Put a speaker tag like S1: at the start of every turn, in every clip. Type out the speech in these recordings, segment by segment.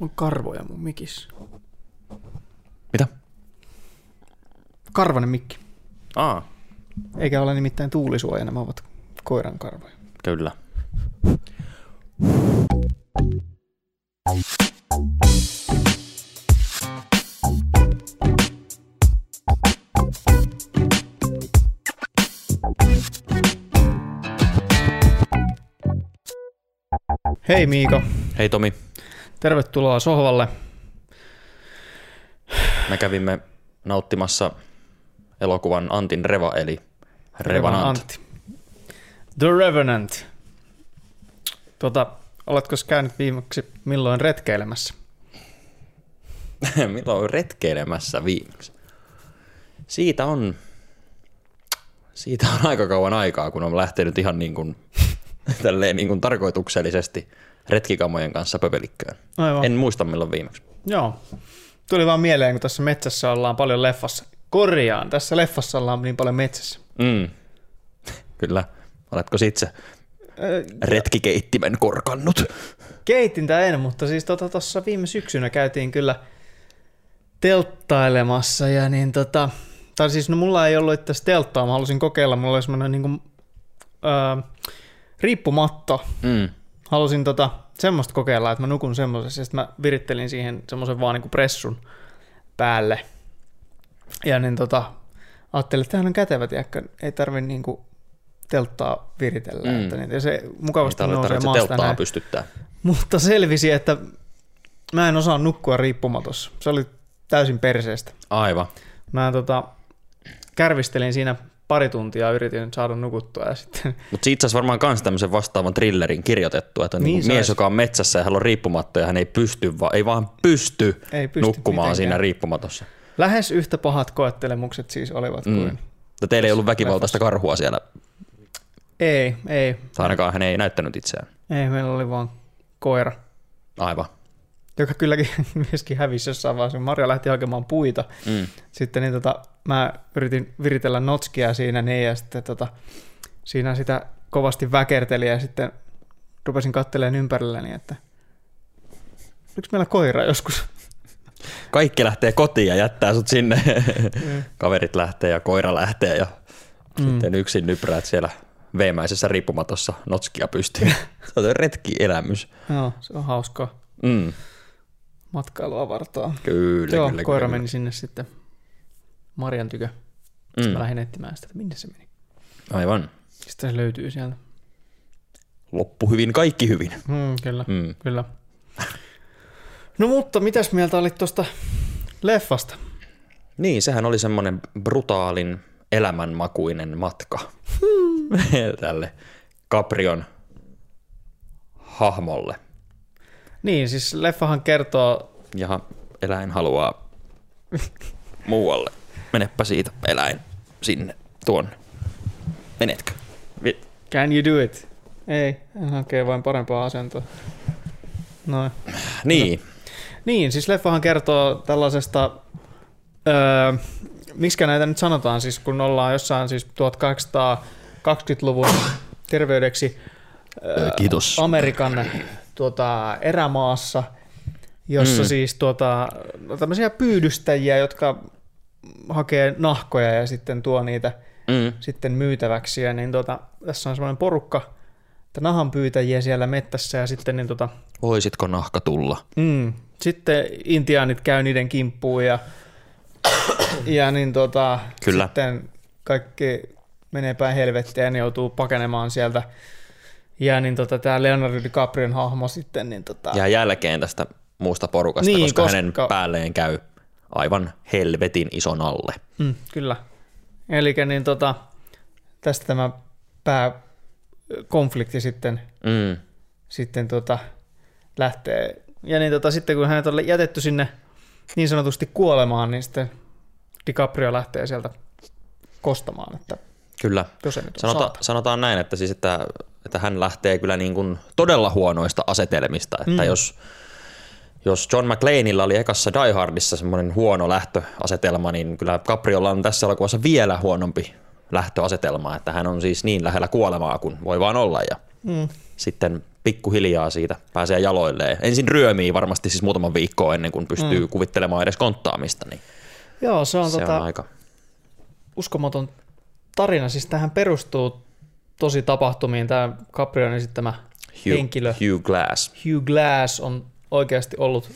S1: On karvoja mun mikissä.
S2: Mitä?
S1: Karvanen mikki.
S2: Aa,
S1: Eikä ole nimittäin tuulisuoja, nämä ovat koiran karvoja.
S2: kyllä.
S1: Hei Miiko,
S2: Hei Tomi,
S1: tervetuloa sohvalle.
S2: me kävimme nauttimassa elokuvan Antin Reva eli Revanant.
S1: Antti. The Revenant. Tota, oletko käynyt viimeksi milloin retkeilemässä?
S2: Milloin retkeilemässä viimeksi? Siitä on, siitä on aika kauan aikaa, kun on lähtenyt ihan niin kuin, tälleen niin kuin tarkoituksellisesti retkikamojen kanssa pöpelikköön.
S1: Aivan.
S2: En muista milloin viimeksi.
S1: Joo. Tuli vaan mieleen, kun tässä metsässä ollaan paljon leffassa. Korjaan, tässä leffassa ollaan niin paljon metsässä.
S2: Mm. Kyllä. Oletko itse
S1: Ö,
S2: retkikeittimen korkannut?
S1: Keitintä en, mutta siis tuossa tota, tossa viime syksynä käytiin kyllä telttailemassa ja niin tota, tai siis no mulla ei ollut itse asiassa telttaa, mä halusin kokeilla, mulla oli semmoinen niin öö, riippumatto,
S2: Mm.
S1: halusin tota, semmoista kokeilla, että mä nukun semmoisessa ja sitten mä virittelin siihen semmoisen vaan niin pressun päälle ja niin tota, ajattelin, että tämähän on kätevä, tiedäkö, ei tarvi niin kuin telttaa viritellä,
S2: Mm.
S1: mm. että niin, ja se
S2: Ei
S1: mukavasti
S2: tarvitse
S1: nousee
S2: tarvitse
S1: maasta
S2: telttaa
S1: näin.
S2: pystyttää.
S1: Mutta selvisi, että mä en osaa nukkua riippumatossa. Se oli täysin perseestä.
S2: Aivan.
S1: Mä tota, kärvistelin siinä pari tuntia ja yritin saada nukuttua ja sitten
S2: Mutta itse asiassa varmaan myös tämmöisen vastaavan thrillerin kirjoitettu, että on
S1: Niin
S2: niin
S1: se
S2: mies,
S1: olisi.
S2: joka on metsässä ja hän on riippumatta ja hän ei pysty, va- ei vaan pysty,
S1: Ei pysty
S2: nukkumaan
S1: mitenkään.
S2: siinä riippumatossa.
S1: lähes yhtä pahat koettelemukset siis olivat mm.
S2: Mm.
S1: kuin...
S2: Ja teillä ei ollut väkivaltaista karhua siellä,
S1: Ei, ei,
S2: tai ainakaan hän ei näyttänyt itseään.
S1: ei, meillä oli vaan koira,
S2: Aivan.
S1: joka kylläkin myöskin hävisi jossain vaiheessa. Marja lähti hakemaan puita.
S2: Mm.
S1: Sitten niin tota, mä yritin viritellä notskia siinä niin, ja sitten tota, siinä sitä kovasti väkerteli ja sitten rupesin katteleen ympärilläni, että yksi meillä koira joskus.
S2: Kaikki lähtee kotiin ja jättää sut sinne. Niin. Kaverit lähtee ja koira lähtee ja mm. sitten yksin nypräät siellä veemäisessä riippumatossa notskia pystyy. Se on retkielämys.
S1: Joo, se on hauskaa
S2: Mm.
S1: matkailua vartaa.
S2: Kyllä,
S1: Joo,
S2: kyllä,
S1: koira
S2: kyllä.
S1: meni sinne sitten Marjan tykö. Sitten mä lähdin etsimään sitä, että minne se meni.
S2: Mm. Aivan.
S1: Sitten se löytyy sieltä.
S2: Loppu hyvin, kaikki hyvin.
S1: Mm, kyllä,
S2: Mm.
S1: mm. kyllä. No mutta mitäs mieltä olit tuosta leffasta?
S2: Niin, sehän oli semmoinen brutaalin elämänmakuinen matka tälle Caprion hahmolle.
S1: Niin, siis leffahan kertoo
S2: Jaha, eläin haluaa muualle. Menepä siitä eläin sinne tuonne. Menetkö? Vi-
S1: Can you do it? Ei, hän hakee vain parempaa asentoa. Noin.
S2: Niin,
S1: Niin, siis leffahan kertoo tällaisesta, öö, miksi näitä nyt sanotaan, siis kun ollaan jossain siis 1820-luvun terveydeksi öö,
S2: Öö, kiitos.
S1: Amerikan tuota, erämaassa, jossa
S2: Mm.
S1: mm. siis tuota, no tämmöisiä pyydystäjiä, jotka hakee nahkoja ja sitten tuo niitä –
S2: Mm,
S1: sitten myytäväksi. Ja niin tota, tässä on semmoinen porukka että nahanpyytäjiä siellä mettässä ja sitten, niin tota,
S2: voisitko nahka tulla?
S1: mm, sitten intiaanit käy niiden kimppuun ja, ja niin tota,
S2: Kyllä.
S1: sitten kaikki menee päin helvettiä ja ne joutuu pakenemaan sieltä. Ja niin tota, tämä Leonardo DiCaprion hahmo sitten, niin tota,
S2: Jää jälkeen tästä muusta porukasta,
S1: Niin,
S2: koska, koska hänen
S1: koska-
S2: päälleen käy aivan helvetin ison alle.
S1: Mm, kyllä. Eli niin tota, tästä tämä pääkonflikti sitten
S2: Mm.
S1: sitten tota, lähtee. Ja niin tota, sitten kun hänet on jätetty sinne niin sanotusti kuolemaan, niin sitten DiCaprio lähtee sieltä kostamaan, että
S2: Kyllä.
S1: jos se nyt on
S2: Sanota,
S1: saatu.
S2: sanotaan näin, että, siis, että, että hän lähtee kyllä niin kuin todella huonoista asetelmista. Että mm. jos, jos John McLeanilla oli ekassa Die Hardissa semmoinen huono lähtöasetelma, niin kyllä Capriolla on tässä elokuvassa vielä huonompi lähtöasetelma. Että hän on siis niin lähellä kuolemaa kuin voi vaan olla. Ja mm. Sitten pikkuhiljaa siitä pääsee jaloilleen. Ensin ryömii varmasti siis muutaman viikkoa ennen kuin pystyy mm. kuvittelemaan edes konttaamista, niin
S1: Joo, se on,
S2: se
S1: tota,
S2: on aika...
S1: uskomaton tarina. Siis tähän perustuu tosi tapahtumiin. Tämä Caprion esittämä
S2: Hugh,
S1: henkilö
S2: Hugh Glass.
S1: Hugh Glass on oikeasti ollut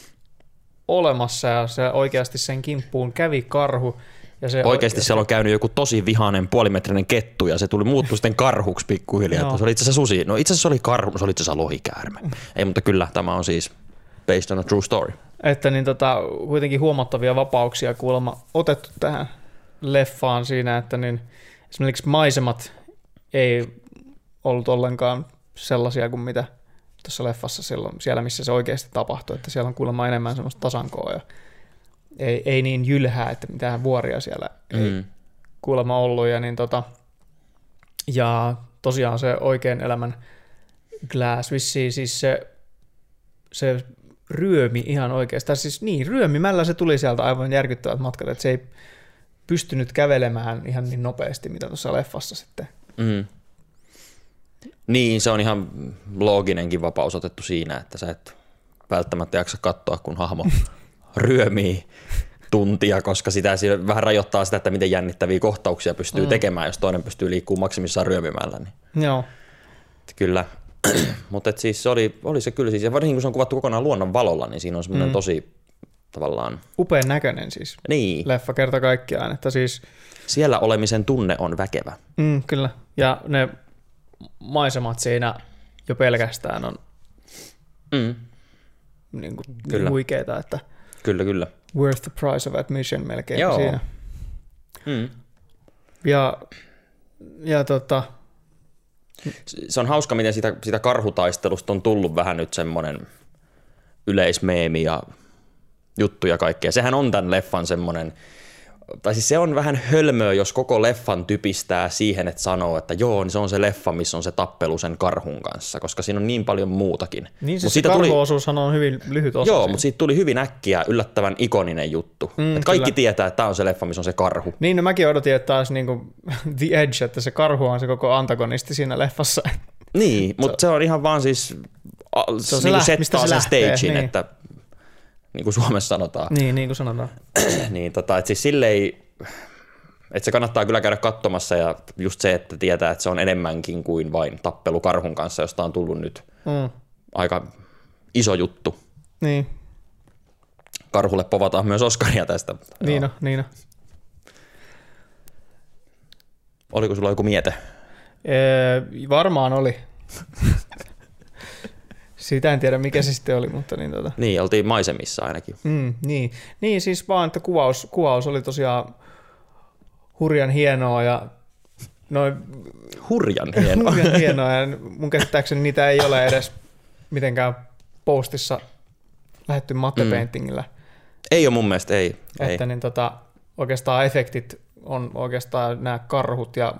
S1: olemassa ja se oikeasti sen kimppuun kävi karhu. Ja se
S2: Oikeasti siellä on käynyt joku tosi vihainen puolimetrinen kettu ja se tuli muuttu sitten karhuksi pikkuhiljaa.
S1: Joo.
S2: No. Se oli itse asiassa susi. No itse asiassa se oli karhu, no se oli itse asiassa lohikäärme. Ei, mutta kyllä tämä on siis based on a true story.
S1: Että niin tota, kuitenkin huomattavia vapauksia kuulemma otettu tähän leffaan siinä, että niin esimerkiksi maisemat ei ollut ollenkaan sellaisia kuin mitä tuossa leffassa silloin, siellä missä se oikeasti tapahtui, että siellä on kuulemma enemmän semmoista tasankoa ja ei, ei niin jylhää, että mitään vuoria siellä ei
S2: Mm.
S1: kuulemma ollut. Ja, niin tota, ja tosiaan se oikean elämän Glass vissiin siis se, se ryömi ihan oikeastaan. Siis niin, ryömimällä se tuli sieltä aivan järkyttävät matkat, että se ei pystynyt kävelemään ihan niin nopeasti, mitä tuossa leffassa sitten.
S2: Mm. Niin, se on ihan looginenkin vapaus otettu siinä, että sä et välttämättä jaksa katsoa, kun hahmo ryömii tuntia, koska sitä se vähän rajoittaa sitä, että miten jännittäviä kohtauksia pystyy mm. tekemään, jos toinen pystyy liikkumaan maksimissaan ryömimällä. Niin.
S1: Joo,
S2: Et Kyllä. Mutta siis se oli, oli se kyllä, siis, ja varsinkin kun se on kuvattu kokonaan luonnon valolla, niin siinä on semmoinen mm. tosi tavallaan,
S1: upean näköinen siis
S2: niin,
S1: leffa kerta kaikkiaan, että siis
S2: siellä olemisen tunne on väkevä.
S1: Mm, kyllä. Ja ne maisemat siinä jo pelkästään on
S2: Mm.
S1: niin kuin,
S2: Kyllä.
S1: huikeita, että
S2: Kyllä, kyllä.
S1: worth the price of admission melkein Joo.
S2: Joo.
S1: siinä.
S2: Mm.
S1: Ja, ja tota,
S2: se on hauska, miten sitä, sitä karhutaistelusta on tullut vähän nyt semmoinen yleismeemi ja juttuja kaikkea. Sehän on tämän leffan semmoinen, tai siis se on vähän hölmöä, jos koko leffan typistää siihen, että sanoo, että joo, niin se on se leffa, missä on se tappelu sen karhun kanssa, koska siinä on niin paljon muutakin.
S1: niin
S2: Mut
S1: siis se karhuosuushan on hyvin lyhyt osa.
S2: joo,
S1: siinä.
S2: mutta siitä tuli hyvin äkkiä yllättävän ikoninen juttu. Mm, että kaikki
S1: kyllä.
S2: tietää, että tämä on se leffa, missä on se karhu.
S1: Niin, no mäkin odotin, että taas niinku The Edge, että se karhu on se koko antagonisti siinä leffassa.
S2: Niin, mutta se on ihan vaan siis, a, se
S1: on
S2: on
S1: se
S2: niin
S1: läht-
S2: läht,
S1: mistä se
S2: settaa sen
S1: lähtee,
S2: stagein,
S1: niin.
S2: niin. että niin kuin Suomessa sanotaan,
S1: niin, niin kuin sanotaan.
S2: niin tota, että siis sille ei, että se kannattaa kyllä käydä katsomassa ja just se, että tietää, että se on enemmänkin kuin vain tappelu karhun kanssa, josta on tullut nyt
S1: Mm.
S2: aika iso juttu.
S1: Niin,
S2: Karhulle povataan myös Oscaria tästä.
S1: niin on,
S2: Joo.
S1: niin on.
S2: Oliko sulla joku miete?
S1: Öö, varmaan oli. Sitä en tiedä, mikä se sitten oli, mutta niin tota.
S2: Niin, oltiin maisemissa ainakin.
S1: Mm, niin. niin, siis vaan, että kuvaus, kuvaus oli tosiaan hurjan hienoa ja noin
S2: Hurjan hieno.
S1: hurjan hienoa. Ja mun käsittääkseni niitä ei ole edes mitenkään postissa lähetty matte paintingillä.
S2: ei ole mun mielestä, ei. Mm. ei.
S1: Että niin tota, oikeastaan efektit on oikeastaan nämä karhut ja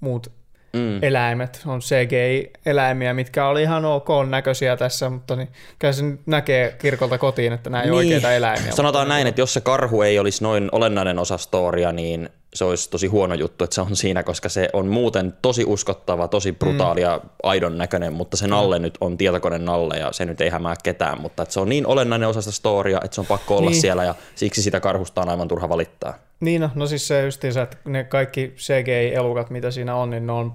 S1: muut
S2: Mm.
S1: eläimet, on CGI-eläimiä, mitkä oli ihan ok näköisiä tässä, mutta niin, kyllä se nyt näkee kirkolta kotiin, että nämä ei niin. oikeita eläimiä.
S2: Sanotaan näin, että jos se karhu ei olisi noin olennainen osa storia, niin se olisi tosi huono juttu, että se on siinä, koska se on muuten tosi uskottava, tosi brutaali ja aidon näköinen, mutta se nalle nyt on tietokone nalle ja se nyt ei hämää ketään, mutta että se on niin olennainen osa sitä storia, että se on pakko olla
S1: Niin.
S2: siellä ja siksi sitä karhusta on aivan turha valittaa.
S1: Niin, no, no siis se justiinsa, että ne kaikki CGI-elukat, mitä siinä on, niin ne on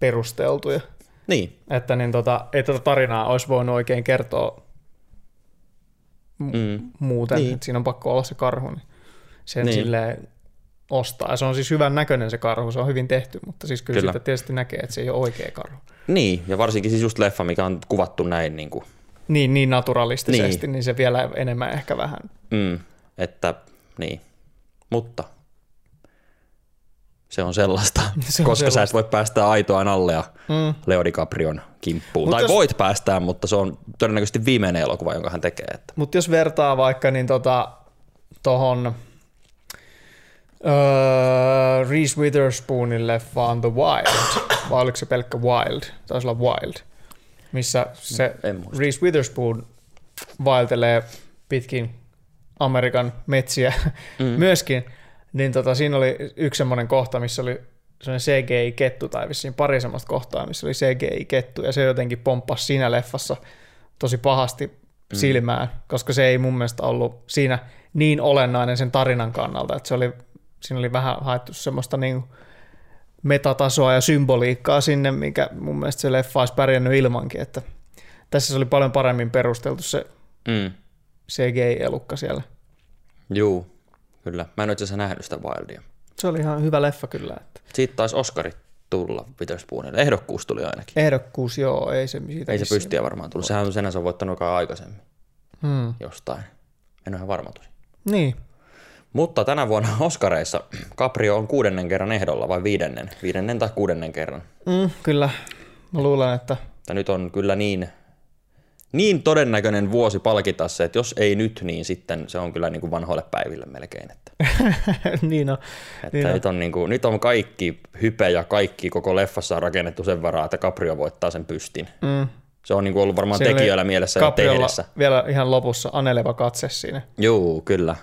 S1: perusteltuja.
S2: Niin,
S1: Että niin tota, ei tätä tarinaa olisi voinut oikein kertoa
S2: mm.
S1: muuten, niin.
S2: Niin.
S1: että siinä on pakko olla se karhu, niin sen niin.
S2: Niin.
S1: silleen ostaa. Ja se on siis hyvän näköinen se karhu, se on hyvin tehty, mutta siis kyllä, kyllä.
S2: Kyllä.
S1: sitä tietysti näkee, että se ei ole oikea karhu.
S2: niin, ja varsinkin siis just leffa, mikä on kuvattu näin niin kuin
S1: Niin, niin naturalistisesti, niin. niin se vielä enemmän ehkä vähän.
S2: Mm, että niin. Mutta se on sellaista,
S1: Se
S2: se
S1: on
S2: on koska sellaista. sä
S1: sellaista.
S2: et voi päästää aitoa nallea
S1: Mm.
S2: Leo DiCaprion kimppuun.
S1: Mut
S2: tai
S1: jos-
S2: jos... voit päästää, mutta se on todennäköisesti viimeinen elokuva, jonka hän tekee. Että.
S1: Mutta jos vertaa vaikka niin tota, tohon öö, Reese Witherspoonin leffaan The Wild, vai oliko se pelkkä Wild? Taisi olla Wild, missä se
S2: En muista.
S1: Reese Witherspoon vaeltelee pitkin Amerikan metsiä mm. myöskin, niin tota, siinä oli yksi semmoinen kohta, missä oli semmoinen CGI-kettu tai vissiin pari semmoista kohtaa, missä oli CGI-kettu ja se jotenkin pomppasi siinä leffassa tosi pahasti silmään, mm. koska se ei mun mielestä ollut siinä niin olennainen sen tarinan kannalta, että se oli, siinä oli vähän haettu semmoista niin metatasoa ja symboliikkaa sinne, mikä mun mielestä se leffa olisi pärjännyt ilmankin, että tässä se oli paljon paremmin perusteltu se
S2: Mm.
S1: CGI-elukka siellä.
S2: Juu, kyllä. Mä en ole itse asiassa nähnyt sitä Wildia.
S1: Se oli ihan hyvä leffa kyllä, että
S2: Siitä taisi Oscarit tulla Witherspoonille. Ehdokkuus tuli ainakin.
S1: ehdokkuus joo, ei se siitä
S2: Ei se
S1: vissiin-
S2: pystiä varmaan tullut. Sehän on senä se on voittanut joka aikaisemmin
S1: Hmm.
S2: jostain. En ole ihan varma tosi.
S1: Niin,
S2: Mutta tänä vuonna Oscareissa Caprio on kuudennen kerran ehdolla vai viidennen? Viidennen tai kuudennen kerran.
S1: mm, kyllä. Mä luulen, että
S2: Mutta nyt on kyllä niin, niin todennäköinen vuosi palkita se, että jos ei nyt, niin sitten se on kyllä niin kuin vanhoille päiville melkein. Että,
S1: niin on.
S2: että
S1: Niin on.
S2: nyt, on niin kuin, nyt on kaikki hype ja kaikki koko leffassa on rakennettu sen varaa, että Caprio voittaa sen pystin.
S1: Mm.
S2: Se on niin kuin ollut varmaan
S1: Siinä oli
S2: tekijöillä mielessä ja
S1: Capriolla
S2: tehdessä.
S1: vielä ihan lopussa aneleva katse siinä.
S2: Joo, kyllä.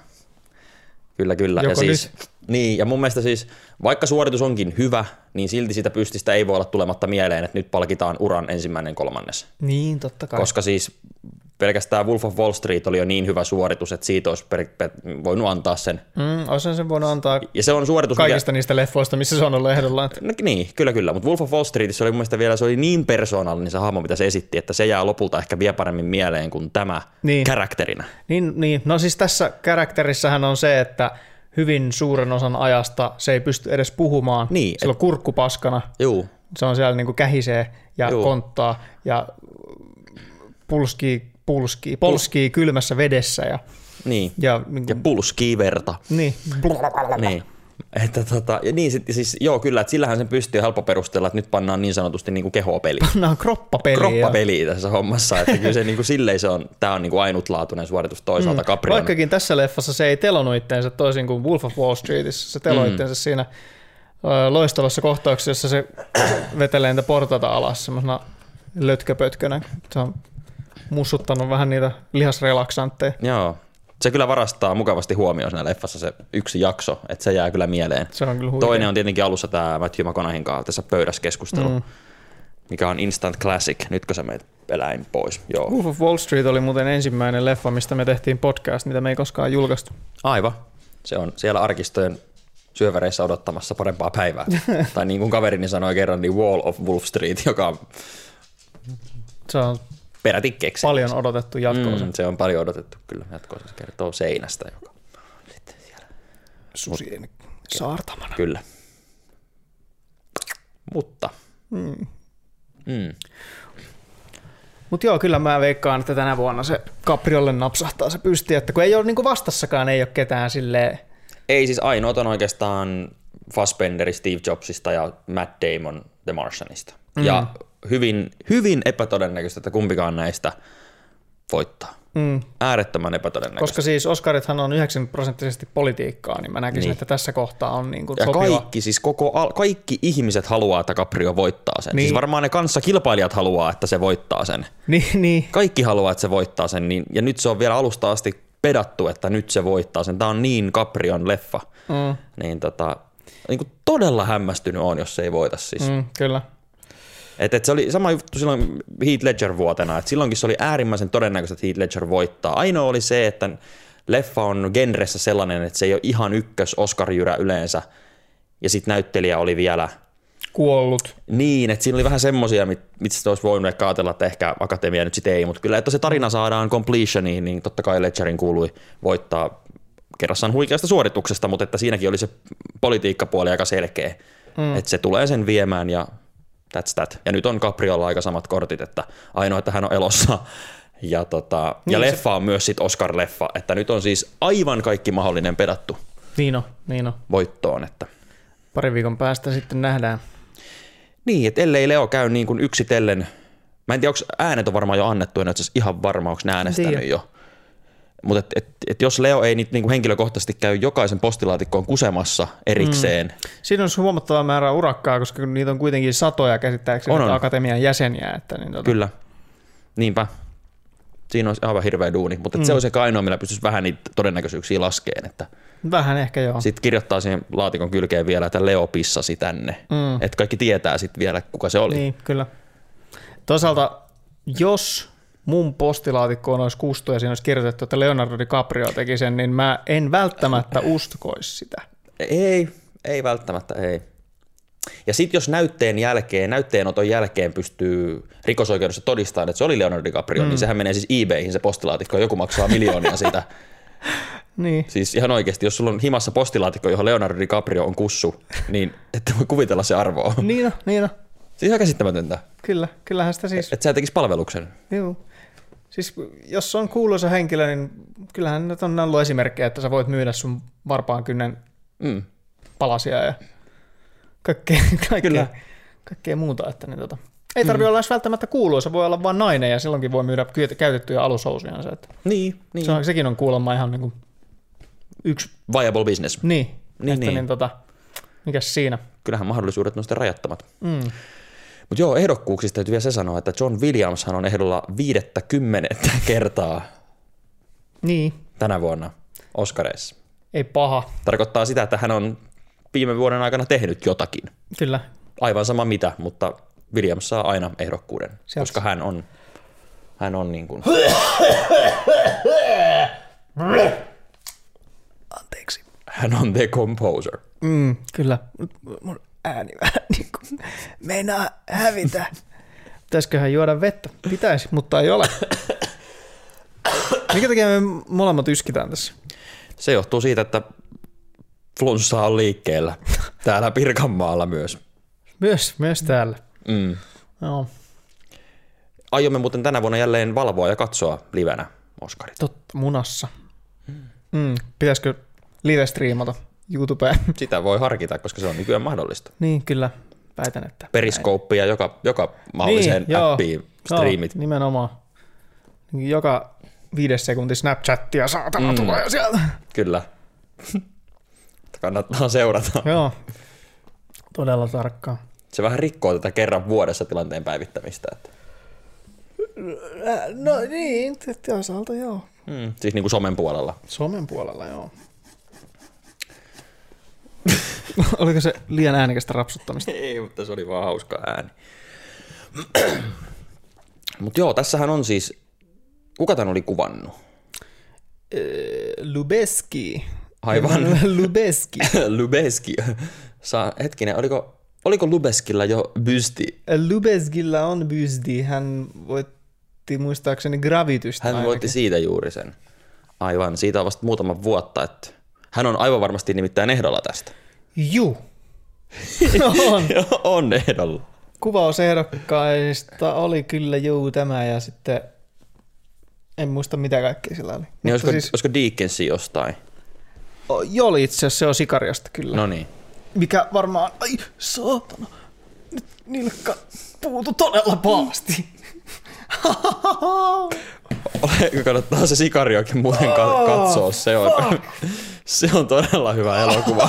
S2: Kyllä, kyllä. ja
S1: Joko
S2: siis, niin, ja mun mielestä siis, vaikka suoritus onkin hyvä, niin silti sitä pystistä ei voi olla tulematta mieleen, että nyt palkitaan uran ensimmäinen kolmannes.
S1: Niin, totta kai.
S2: Koska siis pelkästään Wolf of Wall Street oli jo niin hyvä suoritus, että siitä olisi per, per, voinut antaa sen.
S1: Mm, olisin sen voinut antaa
S2: Ja se on suoritus,
S1: kaikista niistä leffoista, missä se on ollut ehdolla.
S2: mikä... No, niin, kyllä, kyllä. Mutta Wolf of Wall Streetissä oli mun mielestä vielä, se oli niin persoonallinen se hahmo, mitä se esitti, että se jää lopulta ehkä vielä paremmin mieleen kuin tämä
S1: Niin.
S2: niin. karakterinä.
S1: Niin, niin, no siis tässä karakterissähän on se, että hyvin suuren osan ajasta se ei pysty edes puhumaan.
S2: Niin,
S1: Sillä on kurkku paskana.
S2: Juu,
S1: Se on siellä niinku kähisee ja Juu.
S2: Juu.
S1: konttaa ja pulskii, pulskii, polskii kylmässä vedessä ja,
S2: niin.
S1: ja, niinku,
S2: Ja pulskii verta.
S1: niin,
S2: Niin. Että tota, ja niin, sit, siis, joo kyllä, että sillähän sen pystyy helppo perustella, että nyt pannaan niin sanotusti niin kuin kehoa peliin.
S1: pannaan kroppapeliä.
S2: Kroppapeliä tässä hommassa, että kyllä se niin kuin, silleen se on, tämä on niin kuin ainutlaatuinen suoritus toisaalta mm, Caprion.
S1: Vaikkakin tässä leffassa se ei telonut itteensä toisin kuin Wolf of Wall Streetissä. Se teloi mm. itteensä siinä ö, loistavassa kohtauksessa, jossa se vetelee niitä portata alas semmoisena lötköpötkönä. Se on mussuttanut vähän niitä lihasrelaksantteja.
S2: Joo. Se kyllä varastaa mukavasti huomioon siinä leffassa se yksi jakso, että se jää kyllä mieleen.
S1: Se on kyllä huikea.
S2: Toinen on tietenkin alussa tämä Matthew McConaughin kanssa tässä pöydässä keskustelu, mm. mikä on instant classic. Nytkö sä meet eläin pois? Joo.
S1: Wolf of Wall Street oli muuten ensimmäinen leffa, mistä me tehtiin podcast, mitä me ei koskaan julkaistu.
S2: Aivan. Se on siellä arkistojen syöväreissä odottamassa parempaa päivää. tai niin kuin kaverini sanoi kerran, niin Wall of Wolf Street, joka on
S1: Se on
S2: peräti keksi.
S1: paljon odotettu jatko
S2: Mm, se on paljon odotettu kyllä. Jatkoa se kertoo seinästä, joka
S1: susien saartamana.
S2: kyllä. Mutta. Mm. Mm.
S1: Mutta joo, kyllä mä veikkaan, että tänä vuonna se Capriolle napsahtaa se pysti, että kun ei ole niinku vastassakaan, ei ole ketään silleen
S2: Ei siis ainoat on oikeastaan Fassbender Steve Jobsista ja Matt Damon The Martianista. Mm. Ja hyvin, hyvin epätodennäköistä, että kumpikaan näistä voittaa. Mm. Äärettömän epätodennäköistä.
S1: Koska siis Oscarithan on 90 prosenttisesti politiikkaa, niin mä näkisin, niin. että tässä kohtaa on niin kuin
S2: Ja
S1: sopiva.
S2: kaikki, siis koko, al- kaikki ihmiset haluaa, että Caprio voittaa sen.
S1: Niin.
S2: Niin. Siis varmaan ne kanssakilpailijat haluaa, että se voittaa sen.
S1: Niin, niin.
S2: Kaikki haluaa, että se voittaa sen. Niin, ja nyt se on vielä alusta asti pedattu, että nyt se voittaa sen. Tämä on niin Caprion leffa.
S1: Mm,
S2: Niin, tota, niin kuin todella hämmästynyt on, jos se ei voita siis. Mm.
S1: mm, kyllä.
S2: Et, et se oli sama juttu silloin Heath Ledger vuotena. Et silloinkin se oli äärimmäisen todennäköistä, että Heath Ledger voittaa. Ainoa oli se, että leffa on genressä sellainen, että se ei ole ihan ykkös Oscar-jyrä yleensä. Ja sitten näyttelijä oli vielä –
S1: Kuollut.
S2: niin, että siinä oli vähän semmosia, mit- mistä sitä olisi voinut ehkä ajatella, että ehkä akatemia nyt sitten ei, mutta kyllä, että se tarina saadaan completioniin, niin totta kai Ledgerin kuului voittaa kerrassaan huikeasta suorituksesta, mutta että siinäkin oli se politiikkapuoli aika selkeä, mm. että se tulee sen viemään ja that's that. Ja nyt on Capriolla aika samat kortit, että ainoa, että hän on elossa ja, tota, niin ja
S1: Niin, se-
S2: leffa on myös sit Oscar-leffa, että nyt on siis aivan kaikki mahdollinen pedattu
S1: Niin on, niin on.
S2: voittoon, että
S1: Pari viikon päästä sitten nähdään.
S2: Niin, että ellei Leo käy niin kuin yksitellen, mä en tiedä, onko äänet on varmaan jo annettu, en ole itse asiassa ihan varma, onko ne äänestänyt
S1: Tiedä.
S2: jo. Mutta et, et, et jos Leo ei nyt niinku henkilökohtaisesti käy jokaisen postilaatikkoon kusemassa erikseen, mm.
S1: Siinä on huomattava määrä urakkaa, koska niitä on kuitenkin satoja käsittääkseni
S2: On,
S1: on,
S2: on.
S1: akatemian jäseniä. Että niin tota,
S2: kyllä, niinpä, Siinä on aivan hirveä duuni, mutta mm. se olisi ehkä ainoa, millä pystyisi vähän niitä todennäköisyyksiä laskeen. Että
S1: Vähän ehkä joo.
S2: sitten kirjoittaa siihen laatikon kylkeen vielä, että Leo pissasi tänne.
S1: Mm.
S2: Mm. Että kaikki tietää sitten vielä, kuka se oli. Niin.
S1: Niin, kyllä. Toisaalta, jos mun postilaatikkoon olisi kustu ja siinä olisi kirjoitettu, että Leonardo DiCaprio teki sen, niin mä en välttämättä uskoisi sitä.
S2: Ei, ei välttämättä, ei. Ja sitten jos näytteen jälkeen, näytteenoton jälkeen pystyy rikosoikeudessa todistamaan, että se oli Leonardo DiCaprio, mm. niin sehän menee siis eBayhin se postilaatikko, joku maksaa miljoonia siitä.
S1: Niin.
S2: Siis ihan oikeasti, jos sulla on himassa postilaatikko, johon Leonardo DiCaprio on kussu, niin ette voi kuvitella se arvoa.
S1: Niina, Niina.
S2: Siis ihan käsittämätöntä,
S1: Kyllä, kyllähän sitä siis...
S2: että sä tekisi palveluksen.
S1: Joo. Siis jos on kuuluisa henkilö, niin kyllähän nyt on ollut esimerkkejä, että sä voit myydä sun varpaan kynnen
S2: Mm.
S1: palasia ja kaikkea, kaikkea,
S2: Kyllä.
S1: kaikkea muuta. Että niin tota. Ei tarvitse mm. olla edes välttämättä kuuluisa, voi olla vain nainen ja silloinkin voi myydä kyet- käytettyjä alusousiansa. Että
S2: Niin, niin.
S1: se on, sekin on kuulemma ihan niin kuin yksi.
S2: Viable business.
S1: Niin,
S2: Niin,
S1: että
S2: niin.
S1: niin tota, mikäs siinä?
S2: Kyllähän mahdollisuudet on sitten rajattomat.
S1: Mm.
S2: Mutta joo, ehdokkuuksista täytyy vielä se sanoa, että John Williamshan on ehdolla viidettä kymmenettä kertaa
S1: Niin,
S2: tänä vuonna Oscareissa.
S1: ei paha.
S2: Tarkoittaa sitä, että hän on viime vuoden aikana tehnyt jotakin.
S1: Kyllä,
S2: Aivan sama mitä, mutta Williams saa aina ehdokkuuden,
S1: Se on-
S2: koska hän on, hän on niin kuin,
S1: anteeksi.
S2: hän on the composer.
S1: Mm, kyllä. Nyt mun ääni vähän niin kuin meinaa hävitä. Pitäisiköhän juoda vettä? Pitäisi, mutta ei ole. Mikä takia me molemmat yskitään tässä?
S2: Se johtuu siitä, että flunssa on liikkeellä täällä Pirkanmaalla myös.
S1: Myös, myös täällä.
S2: Mm.
S1: Joo,
S2: Aiomme muuten tänä vuonna jälleen valvoa ja katsoa livenä Oscarit.
S1: totta, munassa. Mm, pitäisikö live striimata YouTubeen?
S2: Sitä voi harkita, koska se on nykyään mahdollista.
S1: niin, kyllä. Väitän, että.
S2: Periskooppia joka, joka mahdolliseen niin,
S1: joo.
S2: appiin streamit.
S1: Joo, nimenomaan. Niin Joka viides sekunti Snapchattia saatana mm. tulee sieltä.
S2: Kyllä. Kannattaa seurata.
S1: Joo, todella tarkkaan.
S2: Se vähän rikkoo tätä kerran vuodessa tilanteen päivittämistä. Että.
S1: No niin, t- toisaalta joo.
S2: Mm. Siis niin kuin somen puolella.
S1: Suomen puolella joo. Oliko se liian äänekästä rapsuttamista?
S2: Ei, mutta se oli vaan hauska ääni. Mutta joo, tässähän on siis... Kuka tän oli kuvannut?
S1: Lubeski.
S2: Aivan.
S1: Lubeski.
S2: Lubeski. Saa, hetkinen, oliko, oliko Lubeskilla jo bysti?
S1: Lubeskilla on bysti. Hän voitti muistaakseni gravitystä
S2: Hän voitti siitä juuri sen. Aivan, siitä on vasta muutama vuotta, että hän on aivan varmasti nimittäin ehdolla tästä.
S1: Juu. No on.
S2: on ehdolla.
S1: Kuvausehdokkaista oli kyllä juu tämä ja sitten en muista mitä kaikkea sillä oli.
S2: Niin
S1: Mutta
S2: olisiko,
S1: siis,
S2: siis... olisiko Deaconsi jostain?
S1: O, joo, oli itse asiassa se on Sikariosta kyllä.
S2: No niin.
S1: mikä varmaan, ai saatana, nyt nilkka puutu todella pahasti.
S2: Kannattaa se sikariokin muuten
S1: Oh,
S2: ka- katsoa. Se on, se on todella hyvä elokuva.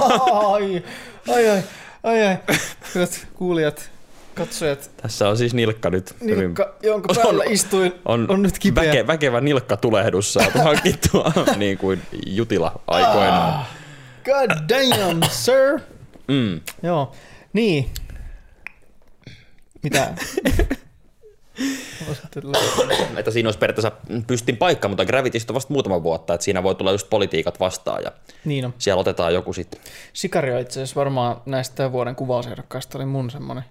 S1: ai, ai, ai, ai, ai. Hyvät kuulijat, katsojat,
S2: Tässä on siis nilkka nyt. hyvin-
S1: nilkka, jonka päällä
S2: On-
S1: istuin, on, on nyt kipeä.
S2: Väke, väkevä nilkkatulehdus saatu hankittua niin kuin jutila aikoinaan.
S1: Ah. God damn, sir.
S2: Mm.
S1: Joo, niin. Mitä? Voisitte löytää.
S2: Että siinä olisi periaatteessa pystin paikka, mutta Gravitystä vasta muutama vuotta, että siinä voi tulla just politiikat vastaan ja
S1: niin on.
S2: siellä otetaan joku sitten.
S1: Sikario itse asiassa varmaan näistä tämän vuoden kuvausehdokkaista oli mun semmonen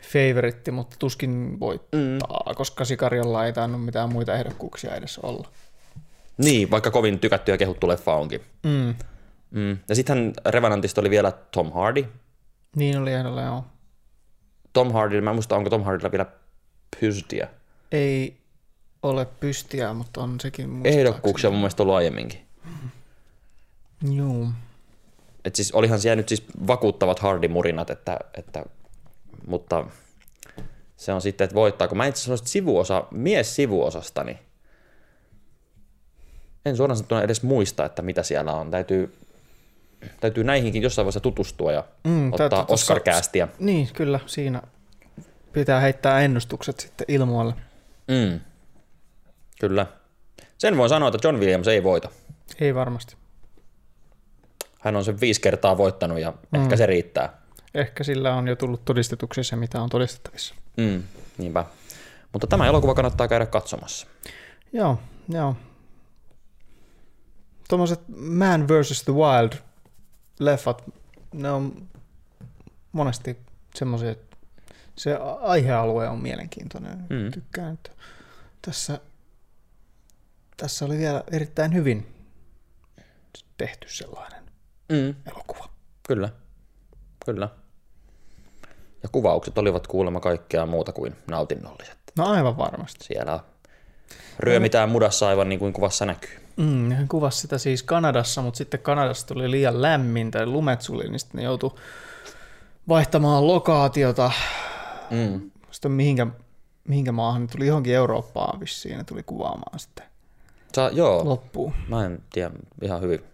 S1: favoritti, mutta tuskin voittaa, mm. koska Sikariolla ei tainnut mitään muita ehdokkuuksia edes olla.
S2: Niin, vaikka kovin tykätty ja kehuttu leffa onkin.
S1: Mm.
S2: Mm. Ja sittenhän Revenantista oli vielä Tom Hardy.
S1: Niin oli ehdolla, joo.
S2: Tom Hardy, mä en muista, onko Tom Hardilla vielä pystiä.
S1: Ei ole pystiä, mutta on sekin muistaakseni.
S2: Ehdokkuuksia on mun mielestä ollut aiemminkin.
S1: Joo.
S2: Et siis olihan siellä nyt siis vakuuttavat Hardy-murinat, että, että, mutta se on sitten, että voittaako. Mä itse asiassa sanoisin, että sivuosa, mies sivuosastani. En suoraan sanottuna edes muista, että mitä siellä on. Täytyy, täytyy näihinkin jossain vaiheessa tutustua ja
S1: Mm,
S2: mm,
S1: täytyy
S2: ottaa
S1: tuossa-
S2: Oscar-käästiä.
S1: Niin, kyllä, siinä pitää heittää ennustukset sitten ilmoille.
S2: Mm. Kyllä. Sen voi sanoa, että John Williams ei voita.
S1: Ei varmasti.
S2: Hän on sen viisi kertaa voittanut ja mm. ehkä se riittää.
S1: Ehkä sillä on jo tullut todistetuksi se, mitä on todistettavissa.
S2: Mm, niinpä. Mutta tämä elokuva kannattaa käydä katsomassa.
S1: Joo, joo. Tuommoiset Man vs. the Wild leffat, ne on monesti semmoisia, että se aihealue on mielenkiintoinen.
S2: Mm.
S1: Mm. Tykkään, että tässä, tässä oli vielä erittäin hyvin tehty sellainen
S2: Mm,
S1: elokuva.
S2: kyllä, kyllä. Ja kuvaukset olivat kuulemma kaikkea muuta kuin nautinnolliset.
S1: No aivan varmasti.
S2: Siellä ryömitään mudassa aivan niin kuin kuvassa näkyy.
S1: Mm, hän kuvasi sitä siis Kanadassa, mutta sitten Kanadassa tuli liian lämmin tai lumet suli, niin sitten ne joutui vaihtamaan lokaatiota.
S2: Mm.
S1: Sitten mihinkä, mihinkä maahan ne tuli johonkin Eurooppaan vissiin, ne tuli kuvaamaan sitten
S2: Sa- joo,
S1: loppuun.
S2: Mä en tiedä ihan hyvin.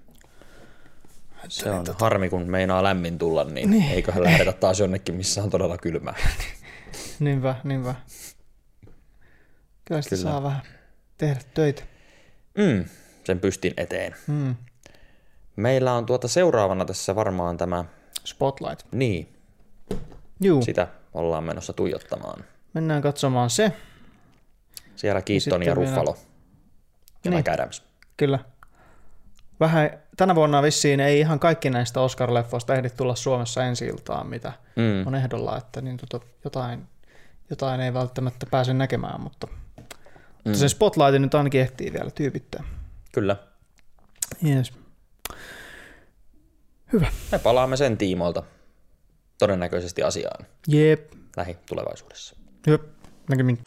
S2: Se on harmi, kun meinaa lämmin tulla, niin, niin. eiköhän lähdetä taas jonnekin, missä on todella kylmää.
S1: Niinpä, niinpä. Kyllä sitä
S2: Kyllä.
S1: saa vähän tehdä töitä.
S2: Mm, sen pystin eteen.
S1: Mm.
S2: Meillä on tuota seuraavana tässä varmaan tämä,
S1: Spotlight.
S2: niin,
S1: Juu,
S2: sitä ollaan menossa tuijottamaan.
S1: mennään katsomaan se.
S2: Siellä Keaton ja
S1: Niin sitten vielä-
S2: Ruffalo ja
S1: Niin.
S2: niin. Adams.
S1: Kyllä. Vähän, tänä vuonna vissiin ei ihan kaikki näistä Oscar-leffoista ehdi tulla Suomessa ensi iltaan, mitä
S2: Mm.
S1: on ehdolla, että niin tota, jotain, jotain ei välttämättä pääse näkemään, mutta, mm. mutta sen spotlightin nyt ainakin ehtii vielä tyypittää.
S2: Kyllä.
S1: Yes. Hyvä.
S2: Me palaamme sen tiimoilta todennäköisesti asiaan
S1: Jep.
S2: lähitulevaisuudessa.
S1: Jep. Näkemiin.